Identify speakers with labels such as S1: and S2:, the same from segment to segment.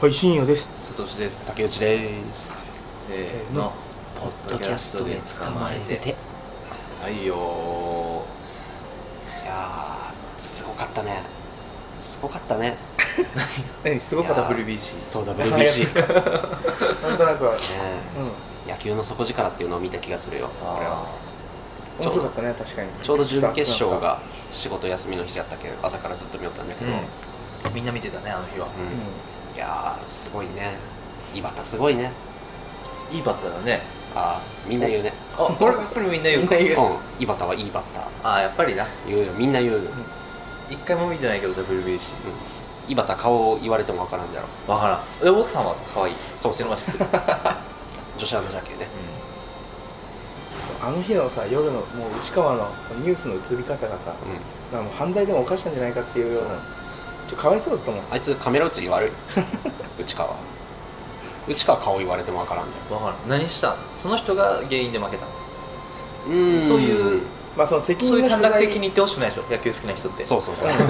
S1: はい、深夜です。
S2: サトシです
S3: 竹内です
S2: せーのポッドキャストで捕まえてはいよ
S3: いやーすごかったねすごかったね
S1: 何すごかっ
S3: い
S1: た
S3: や
S1: ぶり。
S2: WBC
S3: そう WBC、
S1: はい
S3: ね
S1: なんとなくは、
S3: 野球の底力っていうのを見た気がするよ
S2: あー
S3: 俺は
S1: うん、面白かったね、確かに。
S3: ちょうど準
S1: っと熱くなった
S3: 決勝。が仕事休みの日だったけど朝からずっと見よったんだけど、うん
S2: うんみんな見てたねあの日は
S3: うんいやーすごいね井端すごいね
S2: いいバッターだね
S3: あーみんな言うね
S2: あこれやっぱりみんな言うか
S3: うん井端はいいバッター
S2: あやっぱりな
S3: 言うよみんな言うよ、うん
S2: 一回も見てないけど WBC
S3: 井端顔を言われても分からんじゃろ
S2: わからんで奥さんは
S3: 可愛いそう
S2: 知って
S3: そう
S2: ま した
S3: 女子アナジャケね
S1: あの日のさ、夜の、もう内川の、そのニュースの映り方がさ。
S3: うん
S1: なんかもう犯罪でも犯したんじゃないかっていうような。ちょ、かわいそうだったもん。
S3: あいつカメラ映り悪い内川内川顔言われても分からんね
S2: わからん何したのその人が原因で負けたの
S3: うーん
S2: そういう
S1: まあ、その責
S2: そう
S1: 任
S2: いう
S1: の
S2: 短
S1: 所
S2: 絡
S1: 在。
S2: 的に言ってほしくないでしょ野球好きな人って
S3: そうそうそう、
S1: 責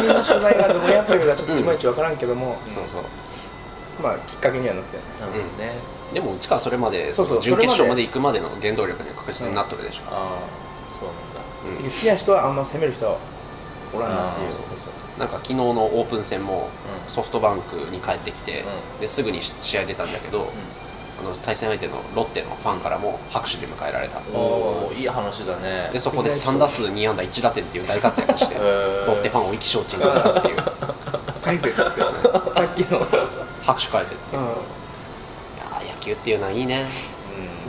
S1: 任の所在がどこにあったかが、ちょっといまいちわからんけども。
S3: そうそう
S1: まあ、きっかけにはなってね。
S2: なるほどね
S3: でも内川それまで
S1: そうそう
S3: 準決勝
S1: それ
S3: ま
S1: まで
S3: で行くまでの原動力には確実になっとるでしょ、
S2: ああそうなんだ
S3: う
S1: 好
S3: ん
S1: きな人は、あんま責める人は。おらんな
S2: あー
S1: っていう。
S2: そうそう
S1: そう。
S3: なんか昨日のオープン戦も
S2: うん
S3: ソフトバンクに帰ってきて、
S2: うん
S3: ですぐに試合出たんだけど、あの対戦相手のロッテのファンからも拍手で迎えられた
S2: うんおおいい話だね
S3: でそこで3打数2安打1打点っていう大活躍して
S2: へ
S3: ロ
S2: ー
S3: ッテファンを意気消沈させたっていう
S1: 返せっつって。さっきの。
S3: 拍手返せっていうう、い
S1: ん。
S3: やー野球っていうのはいいね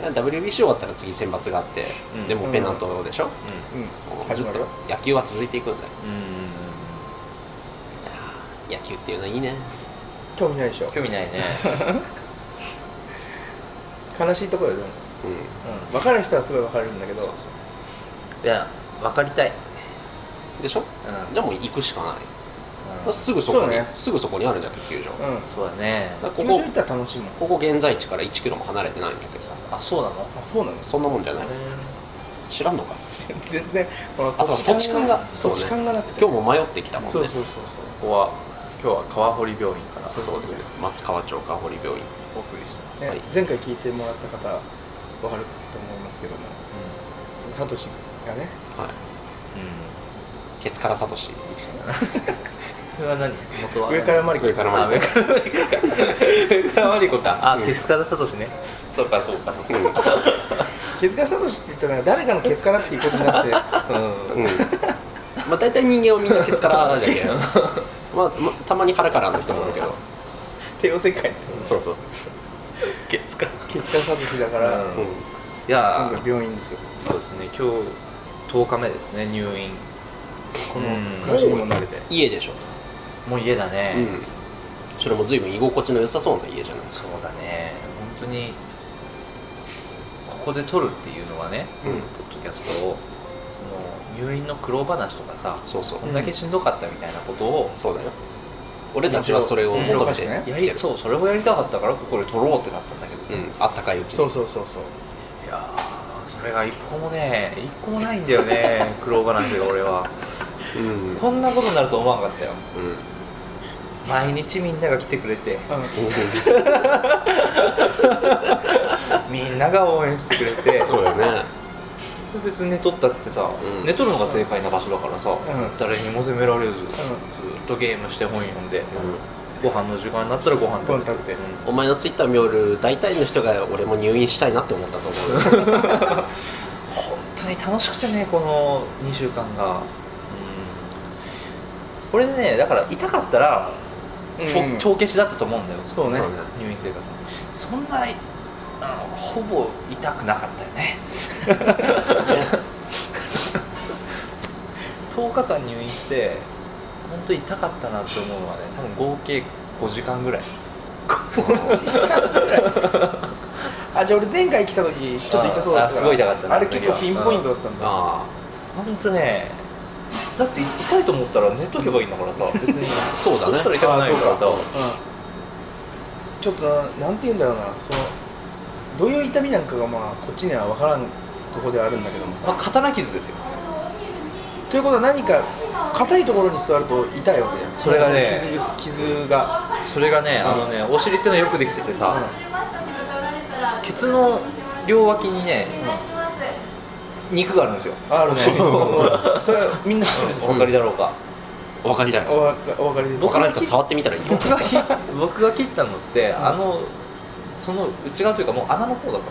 S2: うん
S3: WBC 終わったら次選抜があって、
S2: うん
S3: でもペナントでしょ、
S1: うん。
S3: もう
S1: 始
S3: ずっ
S1: ま
S3: と
S1: るよ。
S3: 野球は続いていくんだよ
S2: うんうん
S3: 野球っていうのはいいね
S1: 興味ないでしょ
S2: うん興味ない ね
S1: 悲しいところよでも、
S3: うん
S1: うん、分かる人はすごい分かるんだけど
S3: そうそ
S2: いや分かりたい、
S3: うでしょ
S2: うん
S3: じゃあもう行くしかない、
S2: うん
S3: すぐそこに
S1: そうね
S3: すぐそこにあるんだけど球場、だ
S1: うん
S2: そうだね
S3: からこ
S1: 球場
S3: こ
S1: 行ったら楽しいもん
S3: ここ現在地から1キロも離れてないんだけどさ
S2: あそうなの
S1: あそうなの
S3: そんなもんじゃない知らんのか
S1: 全然この
S3: あと土地勘がそう
S1: 土
S3: ね
S1: 地勘がなくて
S3: 今日も迷ってきたもんね
S1: そうそうそうそう
S2: ここは今日は川堀病院から
S3: そう
S1: そう
S3: で
S1: ですす
S3: ね松川町か堀病院
S2: お送りしてます、
S1: ね
S3: はい
S1: 前回聞いてもらった方分かると思いますけどもサトシがね
S3: はい
S2: うん
S3: ケツからサトシ
S2: それは何元は
S1: 上からマリコ
S3: 上からマリコ
S2: 上からマリコかあ鉄からサトシねそうかそうかそうか
S1: ケツカサトシって言ったら誰かのケツからっていうことに なって
S3: うん、まあ大体人間はみんなケツからじゃけ ん、 まあまあ、たまに腹からの人もいるけど
S1: 帝王切開って
S3: そうそう、
S2: 鉄か
S1: ケツカサトシだから、
S2: うん
S3: うん、
S2: いや
S1: 今回病院ですよ
S2: そうですね今日10日目ですね入院
S1: この
S2: うん
S1: 暮らしにも慣れて
S3: 家でしょ、
S2: もう家だね、
S3: うん、それも随分居心地の良さそうな家じゃないですか、
S2: そうだね本当にここで撮るっていうのはね、
S3: うん
S2: ポッドキャストをその入院の苦労話とかさ
S3: そうそう、
S2: こんだけしんどかったみたいなことを、
S3: そうだよ俺たちはそれを求めて
S1: うん
S2: や
S3: 来て
S2: り
S3: る、
S2: そうそれをやりたかったからここで撮ろうってなったんだけ
S3: う
S2: ど、い
S3: ん、あったかいうちに
S1: そうそうそうそう
S2: やーそれが一個もね一個もないんだよね 苦労話が俺は
S3: うん、うん、
S2: こんなことになると思わなかったよ毎日みんなが来てくれて
S1: う
S2: みんなが応援してく れて
S3: そうよね
S2: 別に寝とったってさ、
S3: うん
S2: 寝とるのが正解な場所だからさ、
S1: ん
S2: 誰にも責められず、ずっとゲームして本読んで、
S3: う
S2: ご飯の時間になったらご飯食べ
S1: ご
S2: て
S1: 飯食べて
S2: うん
S3: んお前のツイッター見よる大体の人が俺も入院したいなって思ったと思うよ
S2: 本当に楽しくてねこの2週間が、うん、これねだから痛かったら、
S1: んうん、
S2: ちょ帳消しだったと思うんだよ
S1: んそうね
S3: そうね
S2: 入院生活もそんな、うん、ほぼ痛くなかったよね
S3: ね
S2: 10日間入院して本当に痛かったなって思うのはね多分合計5時間ぐらい
S1: あじゃあ俺前回来た時ちょっと痛そうだったから
S2: あすごい痛かったね
S1: あれ結構ピンポイントだったんだ
S3: あ
S2: 本当ねだって痛いと思ったら寝とけばいいんだからさ 別に
S3: あそうだ
S2: だ
S3: ね
S2: ったら痛くないか
S1: あ
S2: らさ
S1: そうちょっとななんて言うんだろうなそのどういう痛みなんかがまあこっちには分からんとこではあるんだけどもさ
S2: まあ、刀傷ですよ
S1: とということは何か硬いところに座ると痛いわけじゃん
S2: それがね
S1: 傷傷が
S2: それがね、
S1: うん
S2: あのねお尻ってのはよくできててさ、ケツの両脇にね、肉があるんですよ
S1: あるね
S2: そう
S1: それはみんな知ってる
S2: お分かりだろうか、
S3: お分かりだ
S1: お
S3: よ
S1: わお分かりです
S3: 僕からと触ってみたらいいよ
S2: 僕が切僕が切ったのって、あのその内側というかもう穴の方だか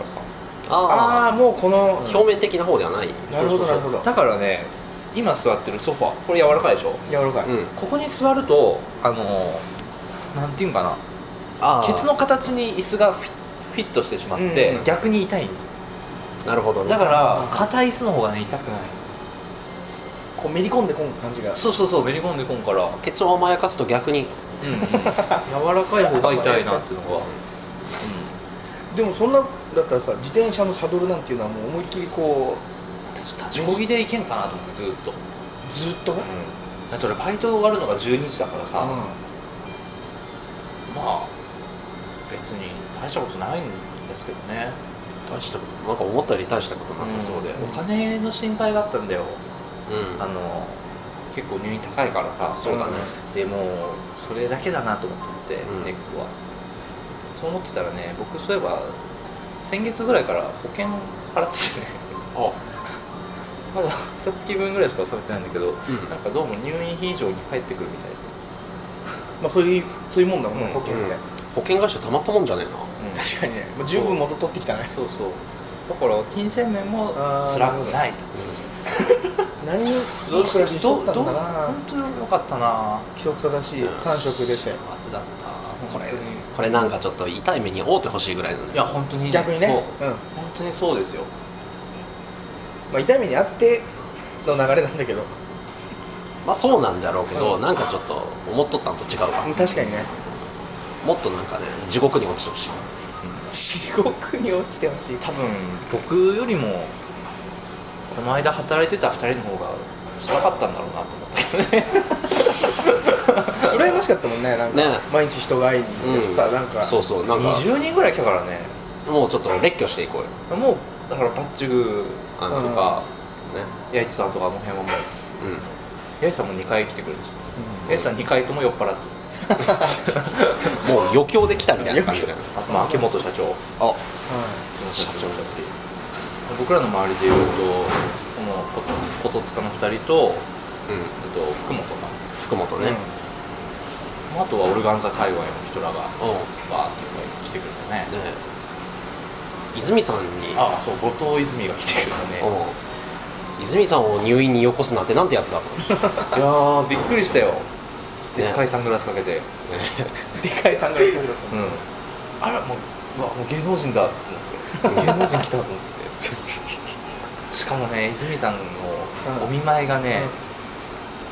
S2: らさ
S1: あ
S3: あ
S1: あもうこの
S3: あ表面的な方ではない
S1: なるほどなるほど
S2: だからね今座ってるソファこれ柔らかいでしょ
S1: 柔らかい
S3: うん
S2: ここに座るとあのなんていうんかな
S3: あー
S2: ケツの形に椅子がフィフィットしてしまって、
S1: うんうん
S2: 逆に痛いんですよ
S3: なるほどね
S2: だか
S1: う
S2: ら
S1: ん
S2: 硬い椅子の方がね痛くない
S1: こうめり込んでこん感じが
S2: そうそうそうめり込んでこんから、うんうん、
S3: ケツを甘やかすと逆に
S1: 柔らかい
S2: 方
S1: 方
S2: が
S1: が
S2: 痛いなっていうのが、
S1: でもそんなだったらさ自転車のサドルなんていうのはもう思いっきりこ
S2: 立ち立ちこぎでいけんかなと思ってずっと、うん、
S1: うずっとうん
S2: だって俺バイト終わるのが12時だからさ、まあ別に大したことないんですけどね
S3: 大したなんか思ったより大したことなさそうで
S2: んお金の心配があったんだよ
S3: うん
S2: あの結構入院高いからさ
S3: そうだね
S2: でもうそれだけだなと思ってて、
S3: うん
S2: ネックはそう思ってたらね僕そういえば先月ぐらいから保険払っててね
S3: あ
S2: まだ2月分ぐらいしか納めてないんだけど
S3: うん
S2: なんかどうも入院費以上に返ってくるみたいで、
S1: まあそういうそういうもんだもんね
S2: うん
S1: 保険って
S3: うん保険会社たまったもんじゃねえな
S2: うん
S1: 確かにねもう十分元取ってきたね
S2: そうそうだから金銭面も
S1: あー
S2: 辛くないと
S1: 何人いい暮らししとったんだな
S2: 本当によかったな
S1: 規則正しい3食出て
S2: 幸せだった
S1: これ
S3: これなんかちょっと痛い目に遭うてほしいぐらいなの
S2: いや本当に
S1: 逆にね
S2: そう
S1: うん
S2: 本当にそうですよ
S1: まあ痛みにあっての流れなんだけど
S3: まあそうなんじゃろうけど、
S1: うん
S3: なんかちょっと思っとったんと違うわ
S1: うん確かにね
S3: もっとなんかね地獄に落ちてほしい
S1: 地獄に落ちてほ しい
S2: 多分僕よりもこの間働いてた2人の方が辛かったんだろうなと思ったけど ね
S1: 羨ましかったもんねなんか
S3: ね
S1: 毎日人が会いに行ってさなんか
S3: そうそうなんか
S2: 20人ぐらい来たからね
S3: もうちょっと列挙していこうよ
S2: もうだからバッチグ
S3: あの
S1: うん
S2: とか
S3: ね
S2: 八重さんとかあの辺はもう
S3: うん
S2: 八重さんも2回来てくれるし
S1: う
S2: 八重さん2回とも酔っ払って
S3: もう余興できたみたいな感じだよね
S2: あとまあ秋元社長
S3: あ
S2: 社長たち僕らの周りでいうとこのことことつかの2人と
S3: うん
S2: あと福本か
S3: 福本
S1: ん
S3: ね、
S2: あとはオルガンザ界隈の人らがバーって来て
S3: うん、
S2: くれたね
S3: ね泉さんに
S2: ああそう後藤泉が来てくれたね
S3: うん泉さんを入院によこすなんてなんてやつだと思っ
S2: い
S3: て
S2: やーびっくりしたよ
S3: ね
S2: でっかいサングラスかけ
S1: で
S2: て、
S1: かいサングラスだった
S2: うんあらもううわもう芸能人だって 思って芸能人来たと思ってしかもね泉さんのお見舞いがね、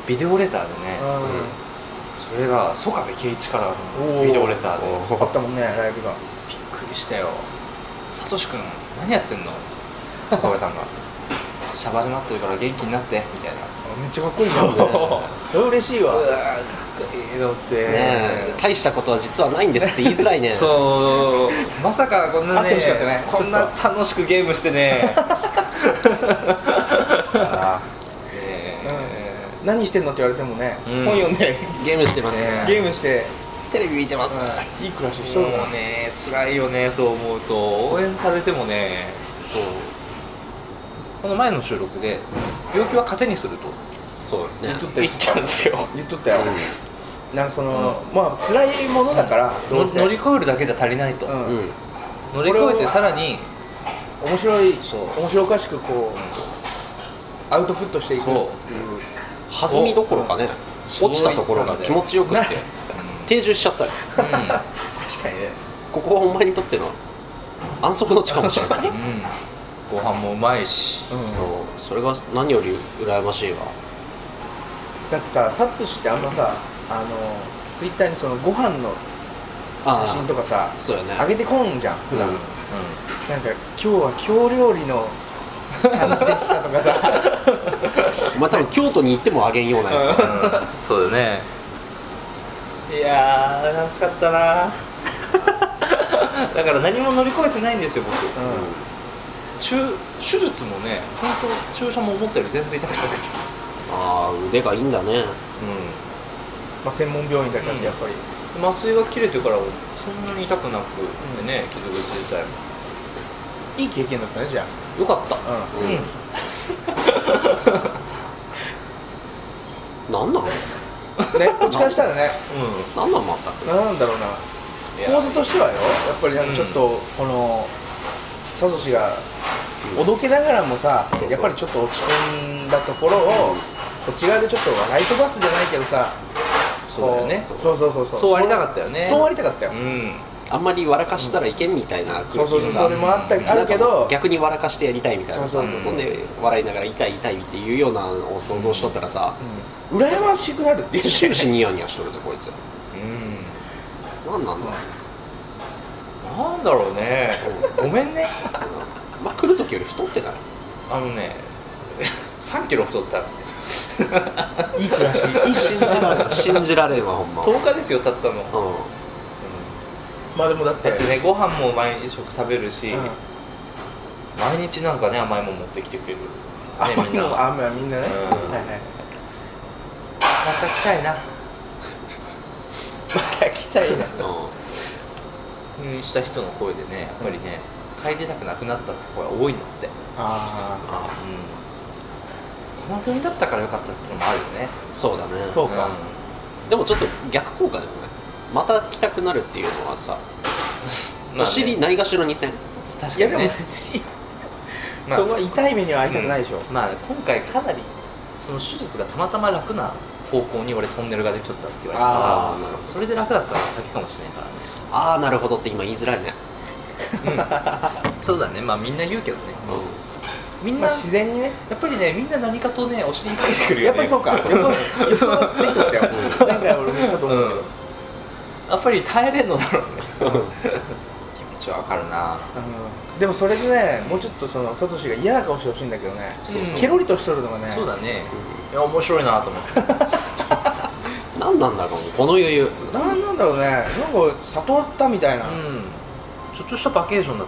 S2: ビデオレターでね、
S1: う
S2: それが曽我部圭一から
S1: お
S2: の
S1: ー
S2: ビデオレターで
S1: ん、あったもんねライブが
S2: びっくりしたよサトシ君何やってんの曽我部 さんがシャバになってるから元気になってみたいな
S1: めっちゃかっこいいじゃん
S2: そう
S1: それ嬉しいわ
S2: うわーかっこいいのって
S3: ねえ大したことは実はないんですって言いづら いね
S2: そうまさかこんな
S1: 会っ
S2: ね
S1: てほしかったね
S2: こんな
S1: ちょ
S2: 楽しくゲーム してね
S1: あ
S2: ねえ
S1: ー何してんのって言われてもね、
S2: うん
S1: 本読んで
S3: ゲームしてます、
S2: ね
S1: ゲームして、
S3: テレビ見てます、
S1: いい暮らししと
S2: そう
S1: るな、
S2: ね辛いよねそう思うと応援されてもね
S3: う
S2: この前の収録で病気は糧にすると
S3: んそうね
S1: 言っとった
S2: 言
S1: よ
S2: ったんですよ
S1: 言っとったよ、なんかその、まあ辛いものだから、ど
S2: の
S1: うせ
S2: 乗り越えるだけじゃ足りないと、
S1: う
S3: うん
S1: ん、
S3: うん
S2: 乗り越えてさらに
S1: 面白い
S2: そう
S1: 面白おかしくこうアウトプットしていくっていう
S2: そう
S3: 弾みどころかね
S2: そう
S3: 落ちたところが気持ちよくっ
S1: な
S3: て定住しちゃったよ
S1: 確かにね
S3: ここはお前にとっての安息の地かもしれないそ
S2: う
S3: う
S2: ん、うん、ご飯もうまいし
S1: うん
S3: それが何より羨ましいわ
S1: だってさサトシってあんまさあのツイッターにそのご飯の写真とかさ
S3: そうよね
S1: 上げてこんじゃん普段、
S3: うん
S2: う
S1: なんか今日は京料理の感じでしたとかさ
S3: お前多分京都に行ってもあげんようなやつ、
S2: ん、そうだねいやー楽しかった なだから何も乗り越えてないんですよ僕
S1: う
S2: 中手術もね本当注射も思ったより全然痛くなくて
S3: ああ腕がいいんだね
S2: う
S1: まあ、専門病院だけあってやっぱり、
S2: ん麻酔が切れてからそんなに痛くなくてね、傷口自体も
S1: いい経験だったねじゃ
S2: よかった
S1: あ、う
S3: うん、なんなん
S1: んね、こっちからしたらね
S2: うん
S3: なんなんまったく
S1: なんだろうな構図としてはよやっぱりなんかちょっとこの、サトシがおどけながらもさ、
S2: そうそう
S1: やっぱりちょっと落ち込んだところを、こっち側でちょっと笑い飛ばすじゃないけどさ
S2: そうだよね
S1: こそうそうそうそう
S2: そうありたかったよね
S1: そうありたかったよ、
S2: うん
S3: あんまり笑かしたらいけんみたいな空気
S1: そうそうそう
S3: が
S1: それもあったあるけ
S3: なん
S1: ど
S3: か逆に笑かしてやりたいみたいな
S1: そうそ
S3: さ
S1: うそう
S3: そんで笑いながら痛い痛いっていうようなのを想像しとったらさ
S1: うん、羨ましくなるってい う
S3: 終始ニヤニヤしとるぞこいつ
S2: うん
S3: なんなんだ
S2: なんだろうねごめんね
S3: まあ来る時より太ってない
S2: あのね 3キロ太ったんで すよ
S1: いい暮らしいい
S3: 信じられん 信じられんわほんま
S2: 10日ですよたったの、
S3: うん
S1: まあでもだって
S2: だってねご飯も毎日食べるし、
S1: うん
S2: 毎日なんかね甘いもん持ってきてくれるね
S1: あま
S2: み
S1: り
S2: ん
S1: に
S2: な
S1: もあまあみんなね、はいは
S2: うん
S1: い
S2: また来たいな
S1: また来たいな
S3: うん
S2: 入院した人の声でねやっぱりね、帰りたくなくなったって声が多いんだって、
S1: あ
S3: あ
S2: この病院だったからよかったってのもあるよね
S3: そうだね
S1: そうか
S3: でもちょっと逆効果だよねまた来たくなるっていうのはさ、
S2: うんまあね
S3: お尻ないがしろにせん
S2: 確かに、ね、
S1: いやでも 別に、
S2: まあ
S1: その痛い目には会いたくないでしょ、
S2: まあ今回かなりその手術がたまたま楽な方向に俺トンネルができとったって言われた
S1: あ
S3: ーなる
S2: からそれで楽だっただけかもしれないからね
S3: ああなるほどって今言いづらいね、
S2: うんそうだねまあみんな言うけどね
S3: う
S2: みん
S1: ま
S2: な、
S1: あ自然にね
S2: やっぱりねみんな何かとねお尻にかけてくるよね
S1: やっぱりそうか予想予想してきとったよ
S3: うん
S1: 前回俺も言ったと
S2: う
S1: 思
S2: ん
S1: うんだけど、
S2: やっぱり耐えれんのだろうね 気
S3: ん、
S2: 持ちはわかるな
S1: うんでもそれでねもうちょっとそのサトシが嫌な顔してほしいんだけどね
S2: そうそう
S1: ケロリとしとるのがね
S2: そうだねいや面白いなと思って
S3: 何なんだろうこの余裕
S1: なんなんだろうねなんか悟ったみたいな、
S2: うんちょっとしたバケーションだっ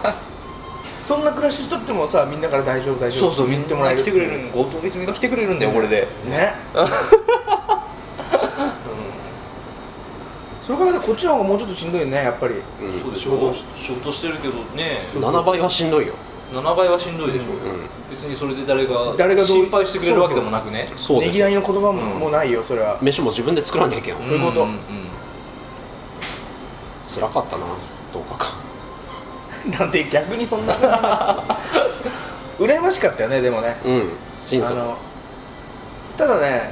S2: たね
S1: そんな暮らししとってもさみんなから大丈夫大丈夫って言ってもらえる
S2: みんな来てくれる後藤泉が来てくれるんだよこれで
S1: ねそれからこっちの方がもうちょっとしんどいねやっぱり
S3: うん
S2: そうでし
S1: 仕
S2: ょ
S1: 事を
S2: 仕
S1: し
S2: 事してるけどね
S1: そう
S3: 7倍はしんどいよ
S2: 7倍はしんどいでしょうよ、
S3: うん
S2: 別にそれで誰が
S1: 誰がどう
S2: 心配してくれるわけでもなくね
S3: そう
S1: ね
S3: です
S1: ぎらいの言葉も,、
S2: うん
S1: もうないよそれは
S3: 飯も自分で作らなきゃいけん
S1: そういうこと
S2: んん
S3: つらかったなどうかか
S1: なんで逆にそんな羨ましかったよねでもね
S3: うん心
S1: あ
S3: 底
S1: のただね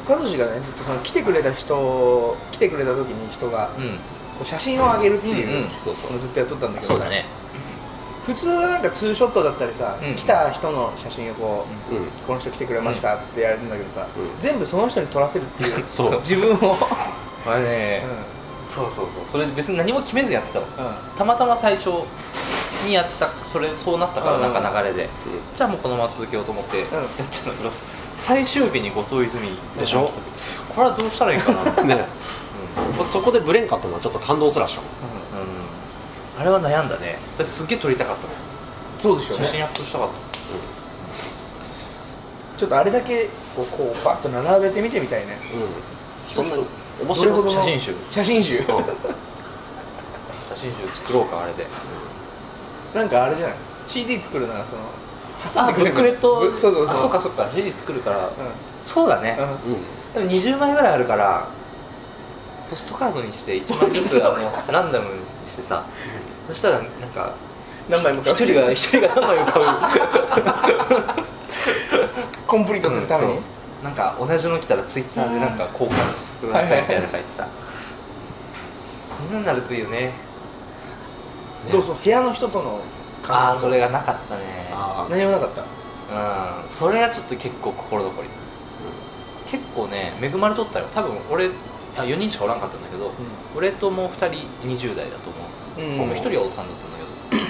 S1: サトシがねずっとその来てくれた人来てくれた時に人が
S2: うんうん
S1: こう写真をあげるって
S2: うん
S1: いううん
S3: そうそう
S1: のをずっとやっとったんだけど
S2: そうだね
S1: 普通はなんかツーショットだったりさ、
S2: うん
S1: 来た人の写真をこ
S3: うん
S1: う、この人来てくれましたってやるんだけどさ、
S3: うん
S1: 全部その人に撮らせるっていう
S3: そう
S1: 自分を、
S2: あれね、
S1: う
S2: そうそうそうそれ別に何も決めずやってたの
S1: んうん
S2: たまたま最初にやったそれそうなったから
S1: うん
S2: なんか流れで、じゃあもうこのまま続けようと思ってやっ
S1: ん
S2: ちゃったんだけど、最終日に後藤泉
S3: でしょ
S2: これはどうしたらいいかな、うんうん、
S3: ねえそこでブレンかったのはちょっと感動すらしたもん
S2: あれは悩んだね私すっげえ撮りたかったもん
S1: そうでしょう
S2: 写真
S1: ね
S2: アップしたかった
S1: ちょっとあれだけこうこうバッと並べてみてみたいね
S3: うんそんなに面
S1: どれ
S3: 白
S1: ほ
S3: い
S1: どの
S2: 写真集
S1: 写真集
S2: 写真集作ろうかあれで
S1: なんかあれじゃない CD 作るならその挟ん
S2: あ
S1: でくれ
S2: ブ
S1: る
S2: ックレット
S1: ぶそうそうそう
S2: あそうかそうか CD 作るから、
S1: う
S2: そうだね、
S1: ん、うん
S3: うん
S2: でも20枚ぐらいあるからポストカードにして1枚ず
S1: ポス
S2: つ
S1: ト
S2: あ
S1: カー
S2: のランダムにしてさそしたらなんか
S1: 何枚も買う
S2: 一人が一人が何枚も買
S1: コンプリート
S2: う
S1: するために、
S2: うんそうなんか同じの来たらツイッターでなんか交換してくださいみたいなの書いてさそんなんなるといいよね
S1: どうぞ部屋の人との
S2: ああそれ
S1: が
S2: がなかったね
S3: ああ
S1: 何もなかった
S2: うんそれがちょっと結構心残り結構ね恵まれとったよ多分俺あ4人しかおらんかったんだけど、俺ともう2人20代だと思う
S1: うん
S2: もう一人はおっさんだったんだけど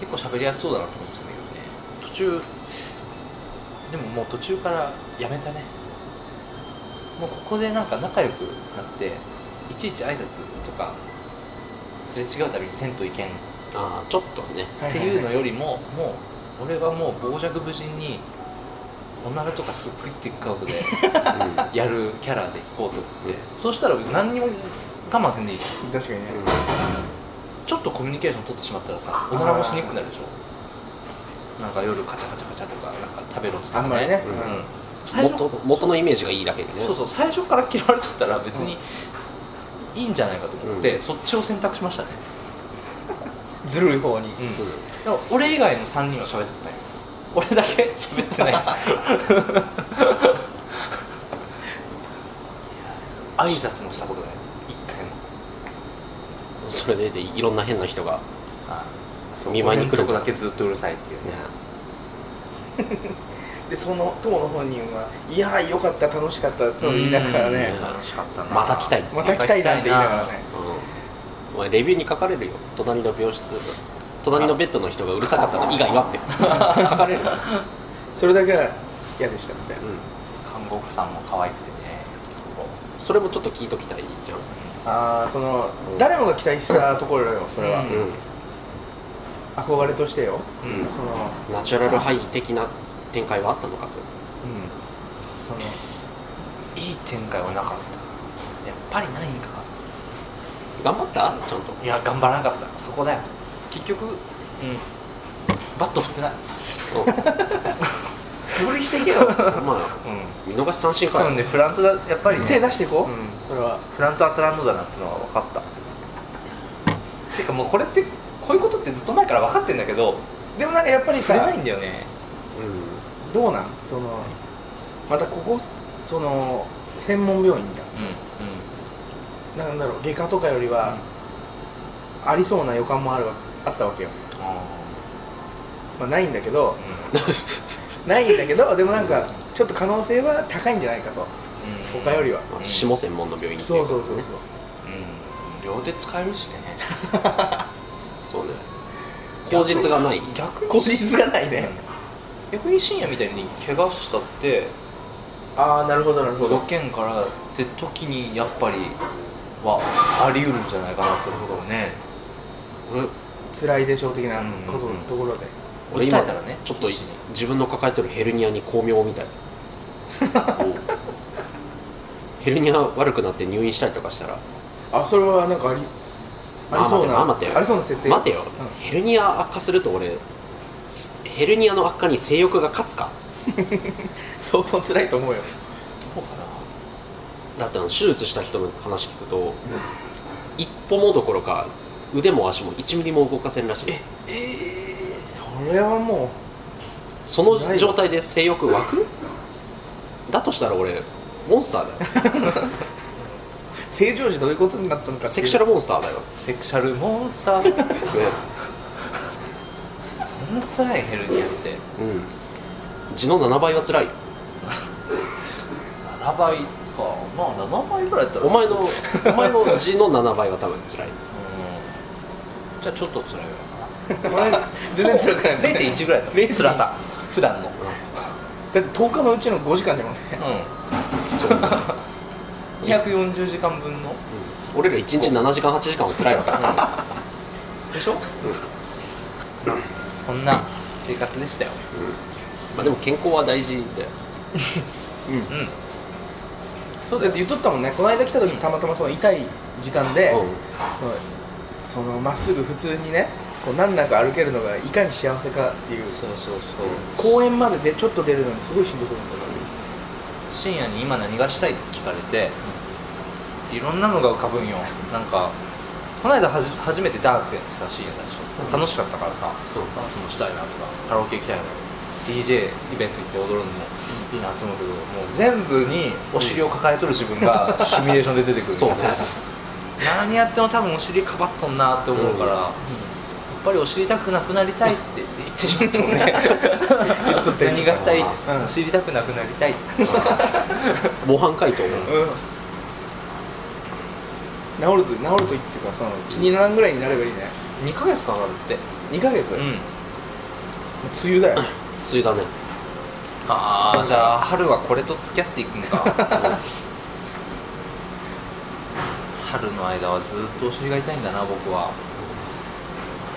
S2: 結構喋りやすそうだなと思ってたんだけどね途中でももう途中からやめたねもうここでなんか仲良くなっていちいち挨拶とかすれ違うたびに銭湯行けんっ
S3: ああちょっとね
S1: ははは
S2: ていうのよりも、もう俺はもう傍若無人におならとかすっごいティックアウトでやるキャラでいこうと思って、そうしたら何にも我慢せんでいいじゃん
S1: 確かにね、
S2: ちょっとコミュニケーション取ってしまったらさおならもしにくくなるでしょなんか夜カチャカチャカチャとかなんか食べろとか、
S1: あんまりね
S2: うん
S1: うん
S2: 最初
S3: 元元のイメージがいいだけでね
S2: そうそう最初から嫌われちゃったら別にいいんじゃないかと思って、
S3: うん
S2: そっちを選択しましたね、
S1: ずるい方に、
S2: うん
S3: うん
S2: だから俺以外の3人は喋ってたよ俺だけ喋ってないいや挨拶もしたことない一回も
S3: それでいていろんな変な人が
S2: あ
S3: そう見舞いに来る
S2: とこだけずっとうるさいっていうね
S3: ね
S1: でその当の本人は「いやーよかった楽しかった」って言いながらね
S3: うん
S2: 楽しかったな
S3: また来たい
S1: また来たいなんて言いながらね
S3: うんお前レビューに書かれるよ隣の病室隣のベッドの人がうるさかったの以外はって書かれるよ
S1: それだけは嫌でしたみたいな、
S3: うん
S2: 看護婦さんも可愛くてね
S3: それもちょっと聞いときたいじゃん
S1: ああその誰もが期待したところよそれは、
S2: うん
S1: 憧れとしてよ、
S2: うん
S1: その
S3: ナチュラルハイ的な展開はあったのかと
S1: うんその
S2: いい展開はなかったやっぱりないんか
S3: 頑張ったちゃんと
S2: いや頑張らなかったそこだよ結局、うん、バット振ってない
S1: 素振りしていけよ
S3: うんまあ
S2: うん
S3: 見逃し三振か
S2: 多
S3: よ
S2: 分ねフラントだやっぱりね
S1: 手出していこう、
S2: うん
S1: それは
S2: フラントアトランドだなってのは分かったてかもうこれってこういうことってずっと前から分かってんだけど
S1: でもなんかやっぱり
S2: 触れな
S1: さ
S2: いんだよね
S3: う
S1: どうなんそのまたここその専門病院じゃん、なんだろう外科とかよりは、ありそうな予感もあるわあったわけよまあないんだけど ないんだけどでもなんかちょっと可能性は高いんじゃないかと他よりは、
S3: んま
S2: う
S3: あ
S2: ん
S3: 下専門の病院ってい
S1: そう
S3: こ
S1: そう
S3: と
S1: そうそう
S3: ね
S2: うん両手使えるしね
S3: そうね口実がない
S2: 逆 に
S1: 口実がないね、
S2: うん逆に深夜みたいに怪我したって
S1: ああなるほどなるほ
S2: 保
S1: ど
S2: 険からって時にやっぱりはあり得るんじゃないかなってことだよね
S3: 俺
S1: 辛いでしょう的なこと、
S2: うんうんうん
S1: ところで
S3: 俺今
S2: 訴えたらね
S3: ちょっと
S2: 必死に
S3: 自分の抱えてるヘルニアに巧妙みたい おうヘルニア悪くなって入院したりとかしたら
S1: あそれはなんかありありそうな
S3: まあ待てよ
S1: ありそうな設定
S3: 待てよ、
S1: う
S3: ヘルニア悪化すると俺すヘルニアの悪化に性欲が勝つか
S1: ん相当辛いと思うよ
S2: どうかな
S3: だってあの手術した人の話聞くと、一歩もどころか腕も足も1ミリも動かせんらしい
S1: ええそれはも
S3: そ
S1: 辛い
S3: の
S1: わ
S3: 状態で性欲湧くだとしたら俺モンス ターだよ
S1: う正常時どういうことになったのか
S3: セクシャ
S1: ル
S3: ルモンスターだよ、ね
S2: セクシャルモンスター そんな辛いヘルニアって
S3: うん、地の7倍は辛い
S2: 7倍かまあ7倍ぐらいだったら
S3: お前のお前の地の7倍は多分辛い
S2: うんじゃあちょっと辛い よな
S1: 全然辛くない
S2: 0.1ぐらいだった
S1: 0.1
S2: 辛さ普段
S1: だ
S2: の
S1: って10日のうちの5時間でもんね
S2: う
S3: そう、うん
S2: ん240時間分の
S3: 俺ら1日7時間8時間は辛いわから
S2: でしょ、そんな生活でしたよ
S3: まあでも健康は大事だよ
S2: うん
S1: そうだって言っとったもんねこの間来た時にたまたまその痛い時間で、
S3: うん
S1: そうそのまっすぐ普通にねこう難なく歩けるのがいかに幸せかっていう
S2: そうそうそう
S1: 公園まででちょっと出るのにすごいしんどそうだったから
S2: 深夜に今何がしたいって聞かれていろんなのが浮かぶんよなんかこの間はじ初めてダーツやってさ深夜だし、
S1: うん
S2: 楽しかったからさ
S3: そう
S2: ダーツもしたいなとかカラオケ行きたいな DJ イベント行って踊るのもいいなと思うけどもう全部にお尻を抱えとる自分がシミュレーションで出てくる
S3: そうね
S2: 何やっても多分お尻かばっとんなって思うから、
S3: うん
S2: やっぱりお尻痛くなくなりたいって言ってしまったもんね
S1: 言っとったよ
S2: 何がしたい、
S1: うん
S2: お尻痛くなくなりたい
S3: 模範解答
S1: うん治ると治るといいっていうかその気にならんぐらいになればいいね
S2: 2ヶ月かかるって
S1: 2ヶ月、
S2: う
S1: もうん梅雨だよ
S3: 梅雨だね
S2: ああじゃあ春はこれと付き合っていくんか春の間はずっとお尻が痛いんだな僕は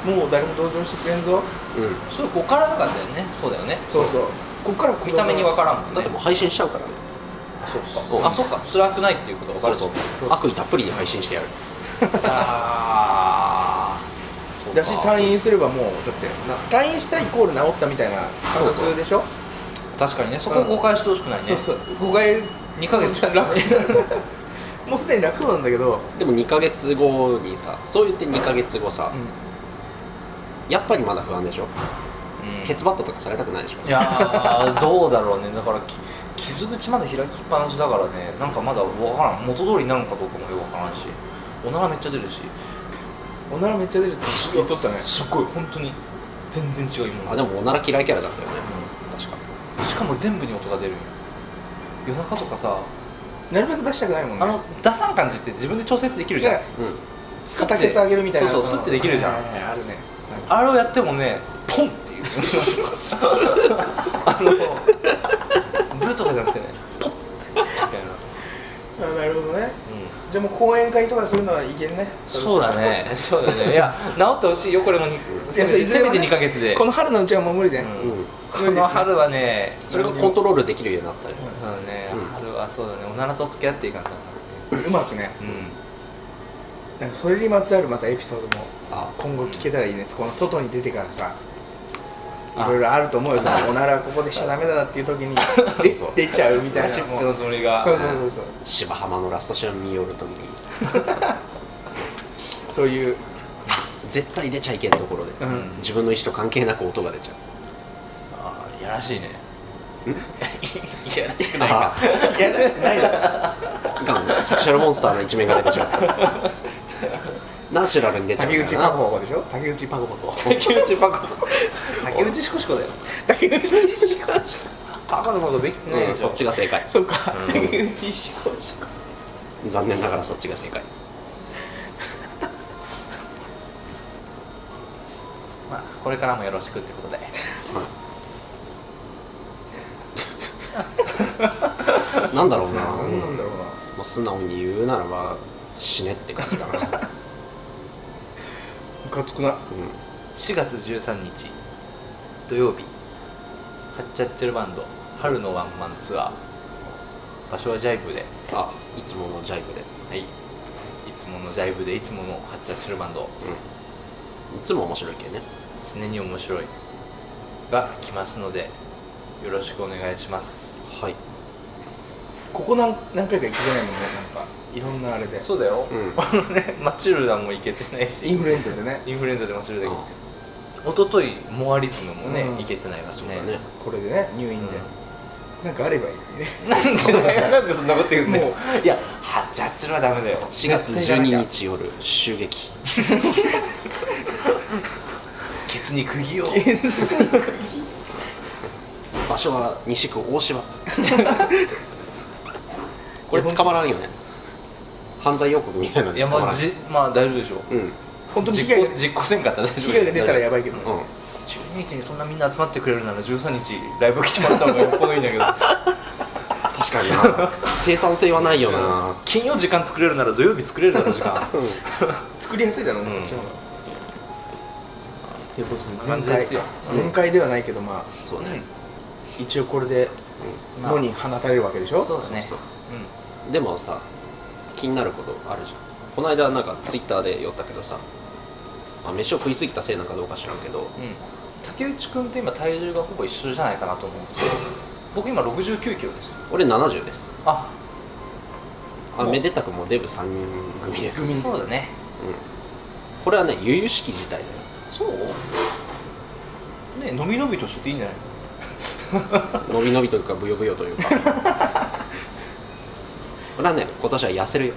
S1: もう誰も同情してくれんぞ
S3: うん
S2: それここからとかだよねそうだよね
S1: そうそうこっから
S2: 見た目に分からんもんね
S3: だってもう配信しちゃうからね
S1: そっか
S3: うん
S2: あそっか辛くないっていうことが分か
S3: そう
S2: る
S3: そ
S1: そ
S2: と
S3: う
S1: う
S3: 悪意たっぷりに配信してやる
S2: あー
S1: だし
S2: そうか
S1: 退院すればもうだってな退院したイコール治ったみたいな感覚でしょ
S2: 確かにねそこを誤解してほしくないね
S1: そうそう誤解
S2: 2ヶ月
S1: 楽 もうすでに楽そうなんだけど、
S3: でも2ヶ月後にさそう言って2ヶ月後さ、やっぱりまだ不安でしょ、
S2: うん
S3: ケツバットとかされたくないでしょ
S2: いやーどうだろうねだからき傷口まで開きっぱなしだからねなんかまだ分からん元通りになるのかどうかもよく分からんしおならめっちゃ出るし
S1: おならめっちゃ出るって言っとったね
S2: すっごい本当に全然違う今
S3: あでもおなら嫌いキャラだったよね
S2: う
S3: 確か
S2: んしかも全部に音が出るんよ夜中とかさ
S1: なるべく出したくないもんね
S2: あの出さん感じって自分で調節できるじ
S1: じ
S2: ゃ
S1: ゃ
S2: ん
S3: うん
S2: スッて
S1: 片ケツ上げるみたいな
S2: そうそう
S1: の
S2: スッてできるじゃん
S1: はいはいはいあるねなんか
S2: あれをやってもねポンっていう あのブーとかじゃなくてねポンみたいな、
S1: あなるほどね
S2: うん
S1: じゃあもう講演会とかそういうのはいけるね
S2: そうだね、そうだね、いや、治ってほしいよ、これもに
S1: い
S2: せ
S1: や
S2: め
S1: そうい
S2: て
S1: ずれはね
S2: 2か月で、
S1: この春のうちはもう無理で、
S2: うん
S3: に、うん、
S2: この春はね、
S3: それがコントロールできるようになったよ、
S2: そうだね
S3: うん、
S2: 春はそうだね、おならと付き合っていかんとな、
S1: うまくね
S2: う
S1: なんかそれにまつわるまたエピソードも
S3: あ
S1: 今後聞けたらいいねこの外に出てからさ
S2: あ
S1: いろいろあると思うよそのおならここでしちゃダメだなっていう時にで
S3: そう
S1: 出ちゃうみたい
S2: ん、シ
S1: な
S2: ッ
S1: も
S2: プの
S1: う
S2: つもりが、
S1: そうそうそうそう
S3: 芝浜のラストシーン見よるときに
S1: そういう、
S3: 絶対出ちゃいけんところで、
S1: うん、
S3: 自分の意思と関係なく音が出ちゃう
S2: あーいやらしいね、
S3: ん
S2: いやらしくない
S3: あ
S2: か、
S1: いやらしくないだ
S3: あかんセクシャルモンスターの一面が出てしまうナチュラルに出ちゃう
S1: 竹内
S3: か
S1: パ
S3: ら
S1: コ
S3: な
S1: パコでしょ竹内パコパコ
S2: 竹内パコ、
S1: 竹内シコシコだよ竹内シコシコ
S2: パコのことできてない
S3: うん、
S2: でし
S3: そ
S2: ょ
S3: っ、ちが正解
S1: そっか
S2: うん
S1: 竹内シコシコ
S3: 残念ながらそっちが正解
S2: まあ、これからもよろしくってことで、
S3: なんだろうな、
S1: 何なんだろうな
S3: もう素直に言うならば死ねって感じだな、うん、
S1: ムカつくな
S2: 4月13日、土曜日、ハッチャッチェルバンド、春のワンマンツアー、場所はジャイブで。
S3: あいつものジャイブで、
S2: はい、いつものジャイブでいつものハッチャッチェルバンド
S3: うん、いつも面白いけどね
S2: 常に面白いが来ますのでよろしくお願いします
S3: はい、
S1: ここ何何回か行けてないもんねなんかいろんなあれで
S2: そうだよ、
S3: うん、
S2: ねマチルダも行けてないし
S1: インフルエンザでね
S2: インフルエンザでマチルダ行けて一昨日モアリズムもね、
S1: うん
S2: 行けてないから
S3: そうだ
S2: ね
S3: ね
S1: これでね入院で、なんかあればいいのにね
S2: なんでだよなんでそんなこと言うんだ
S1: も
S2: よいやハッチャッチェルはダメだよ
S3: 4月12日夜襲撃
S2: ケツに釘を
S3: 場所は西区大 島これ捕まらんよね犯罪予告みたいなの
S2: い
S3: で
S2: や
S3: 捕ま
S2: ま
S3: ら
S2: あ
S3: ん
S2: じまあ大丈夫でしょ
S3: うんうん
S1: 本当に被
S2: 実
S1: 害
S2: 行
S1: が
S2: 実行せんかったら大丈夫
S1: 被害が出たらやばいけど、ね
S2: 12日にそんなみんな集まってくれるなら13日ライブ来てもらった方がよっぽどいいんだけど
S3: 確かに な生産性はないよな、
S2: 金曜時間作れるなら土曜日作れるだろう時間
S3: うん
S1: 作りやすいだろうね、
S2: うん
S1: こっちの方がということで全
S2: 感じで
S1: 開
S2: すよ
S1: 全開ではないけどまあ
S3: そうね、
S1: 一応これで
S2: うん
S1: 野に放たれるわけでしょ、
S2: そうだね
S3: そう
S2: うん
S3: でもさ気になることあるじゃんこの間なんかツイッターで寄ったけどさ、まあ、飯を食いすぎたせいなんかどうか知らんけど
S2: うん竹内君って今体重がほぼ一緒じゃないかなと思うんですけど僕今6 9キロです
S3: 俺70です
S2: あ
S3: あ
S2: お
S3: めでたくもうデブ3人組です、うん、
S2: そうだね
S3: これはね由々しき事態だよ
S2: そうね伸び伸びとしてていいんじゃない
S3: 伸び伸びというかぶよぶよ というかこれはね今年は痩せるよ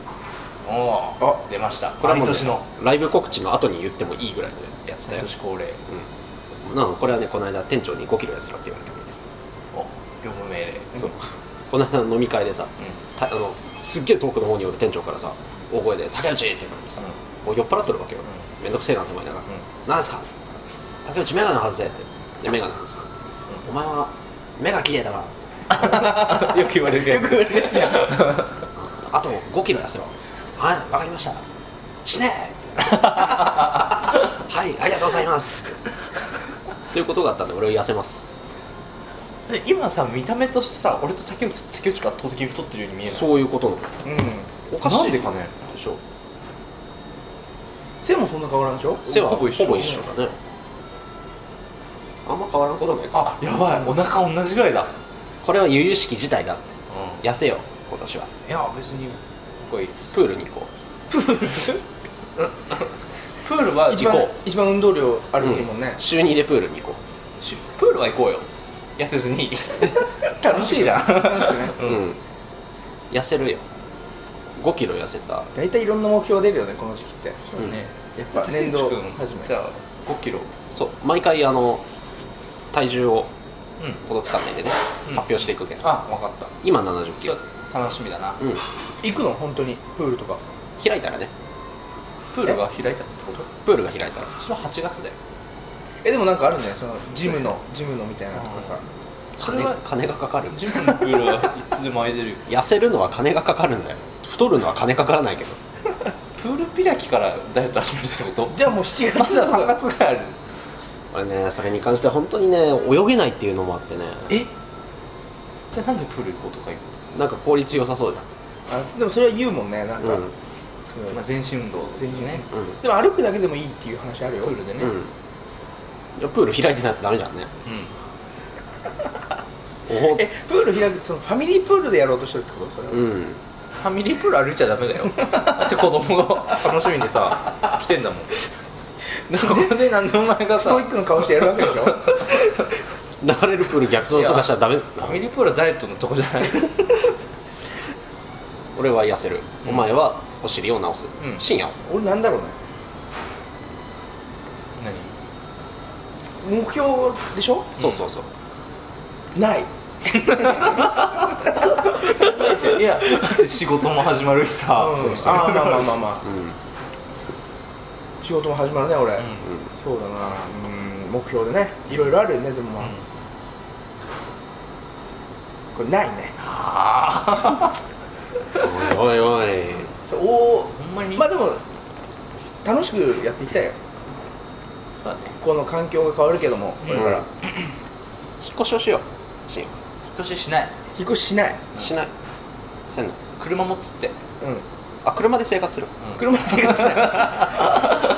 S2: お
S1: あ
S2: お出ました
S3: これは
S2: 毎
S3: もうね、
S2: 年の
S3: ライブ告知の後に言ってもいいぐらいのやつだ
S2: 毎
S3: よ、
S2: 年恒例
S3: うん、なんかこれはねこの間店長に5キロ痩せろって言われたんで
S2: お業務命令
S3: そうこの間の飲み会でさ
S2: うん
S3: たあのすっげえ遠くの方におる店長からさ大声で「竹内!」って言われてさ、
S2: うん
S3: こう酔っ払っとるわけよ、
S2: う
S3: めんどくせえなと思いながら「なんすか?」竹内眼鏡外せ」ってで眼鏡外す、お前は目が綺麗だから」
S2: うんよく言われるやつよく言われるやつやん
S3: あと5キロ痩せろはいわかりました死 ねはいありがとうございますということがあったんで俺は痩せます
S2: で今さ見た目としてさ俺と竹内と竹内が圧倒的に太ってるように見えない
S3: そういうことなの
S1: うん
S3: おかしい
S2: なんでかね
S3: でしょ
S1: 背もそんな変わらんでしょ
S3: 背は
S2: ほ
S3: ほ
S2: ぼ
S3: ぼ
S2: 一緒
S3: 一緒だねあんま変わらんことないか
S2: あやばいお腹同じぐらいだ、
S3: これは由々しき事態だ
S2: いや
S3: 痩せよう今年はい
S2: や別に僕はいいです
S3: プールに行こ
S2: プールは
S1: 一
S2: 行
S1: 番
S2: こ
S1: 一番運動量あるっていうもん
S3: う
S1: ね、
S3: 週2でプールに行こ
S2: うしプールは行こうよ痩せずに
S1: 楽しいじゃん楽しくね
S3: ううん、痩せるよ5キロ痩せた
S1: 大体いろんな目標出るよねこの時期ってや
S2: そうね
S1: っぱ年度
S2: 竹内君
S1: 始め
S2: じゃあ5キロ
S3: そう毎回あの体重を
S2: うん
S3: ほどつかないでね、
S2: うん
S3: 発表していくけど
S2: あ分かった
S3: 今7 0キ
S2: ちょ
S3: ロ
S2: っ、と楽しみだな
S3: うん、
S1: 行くの本当にプールとか
S3: 開いたらね
S2: プールが開いたってこと
S3: プールが開いたら
S2: それは8月だよ
S1: えでもなんかあるねそのジムのジムのみたいなとかさ
S2: それ
S3: 金
S2: は
S3: 金がかかる
S2: ジムのプールはいつでも空いてるよ
S3: 痩せるのは金がかかるんだよ太るのは金かからないけど
S2: プール開きからダイエット始めるってこと
S1: じゃあもう7
S2: ま
S1: 月
S2: だ
S1: とか
S2: 3月ぐらいある
S3: 俺ねそれに関して本当にね泳げないっていうのもあってね
S2: えじゃあなんでプール行こうとか言う
S3: なんか効率良さそうじ
S1: あでもそれは言うもんねな
S3: ゃ
S1: ん
S3: ん
S1: か、
S3: うん
S1: すごい
S2: の、まあ、全身運動ですね
S3: う
S1: でも歩くだけでもいいっていう話あるよ
S2: プールでね
S3: ん、うん、じゃあプール開いてないとダメじゃんねおほ
S1: えプール開くそのファミリープールでやろうとしてるってことそれは、
S3: うん
S2: ファミリープール歩いちゃダメだよだって子供が楽しみにさ来てんだもんそこで何でお前が
S1: ス
S2: さ
S1: トイックの顔してやるわけでしょ
S3: 流れるプール逆走とかしたらダメだ
S2: ファミリープールはダイエットのとこじゃない
S3: 俺は痩せる、
S2: うん
S3: お前はお尻を直す、
S2: うん
S3: 深夜を
S1: 俺なんだろう
S2: 何
S1: ね目標でしょ
S3: そうそうそう、
S1: ない
S2: いやだって仕事も始まるしさ、
S1: うん
S3: そうそう
S1: あーまあまあまあま
S3: う
S1: あ
S3: んうん、
S1: 仕事も始まるね俺、
S2: うん
S1: そうだなうん目標でねいろいろあるよねでもまあ、これないね
S2: ああ
S3: おいおいおい
S1: そうお
S2: ほんまに
S1: ーまあでも楽しくやっていきたいよ
S2: そうだね
S1: この環境が変わるけどもこれから、
S3: うん引っ越しをしよう深夜
S2: 引っ越ししない
S1: 引っ越ししない
S3: しないせんの
S2: 車持つって、
S1: うん
S3: あ車で生活する
S2: 車
S1: 車で生活しな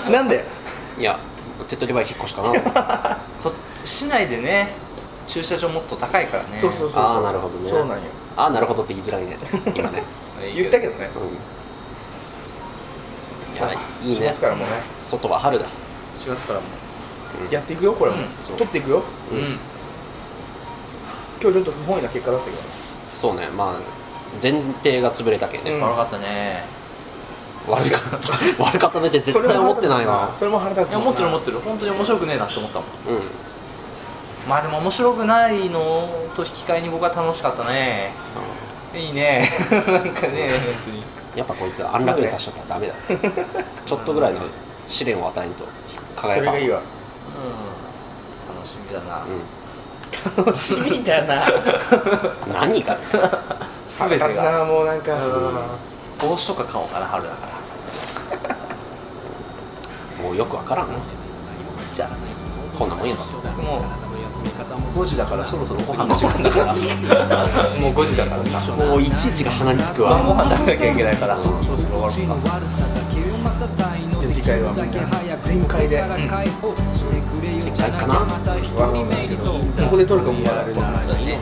S1: いなんで
S3: いや手っ取り早い引っ越し かな
S2: こ市内でね駐車場持つと高いからね
S1: そうそうそうそう
S3: あーなるほどね
S1: そうなんよ
S3: ああなるほどって言いづらいね今 ね、
S2: いい
S1: 言ったけどね
S3: うん、い
S2: さ
S3: や
S2: あ
S3: いい
S1: 4
S3: ね
S1: 月からもね
S3: 外は春だ、
S2: 4月からも
S3: うん
S1: やっていくよこれも、
S2: うん
S3: そう
S1: 取っていくよ
S3: うん
S1: 今日ちょっと不本意な結果だったけど
S3: そうねまあ前提が潰れたけどね、
S1: うん
S2: 悪かったね
S3: 悪かった 悪かったねって
S1: それ
S3: 絶
S1: も腹
S3: 対思っ
S1: 立
S3: て
S1: つもん
S3: ないな
S1: それも腹立
S2: い
S1: つ
S2: や
S1: もん
S2: 思ってる思
S1: っ
S2: ってる本当に面白くねえなって思ったもん
S3: うん
S2: まあでも面白くないのと引き換えに僕は楽しかったねいいねなんかね本当に
S3: やっぱこいつは安楽にさせちゃったらダメだちょっとぐらいの試練を与えんと輝
S1: それ
S3: か
S1: がい いわ
S2: うん楽しみだな、
S1: 楽しみだな
S3: うん、何が
S2: す
S1: 腹
S2: べ
S1: 立
S2: て
S1: つ
S2: が
S1: なもうなんか、
S2: うん帽子とか買おうかな春だから
S3: もうよくわからんな
S2: じゃあ
S3: こんなもんやな
S2: もう5時だからそろそろご飯の時間だからもう5時だからさ
S3: もういちいちが鼻につく
S2: 晩ご
S3: わ
S2: 飯食べなきゃいけないからそろそろ終わろうか
S1: じゃあ次回はみんな全開で、
S3: 全開かな
S1: わここで撮るかもまだあれだな
S2: そうだね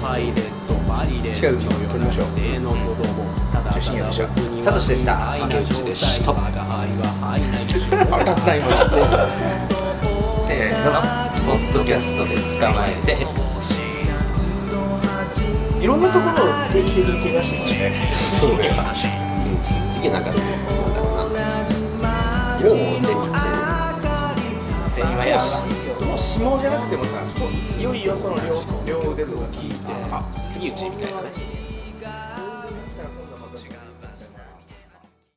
S1: 近いうちに撮りましょう、じゃあ深夜で しょ
S2: サトシでした
S3: 竹内でした
S1: 腹立つな今の
S2: せーのポッドキャストで捕まえて
S1: いろんなところを定期的に怪我してるね
S3: そうだようん次なんかなんだろうなもう前立腺
S2: 全員はやし
S1: もう指紋じゃなくてもさいよいよその両両腕とかさ
S3: あ杉内みたいなね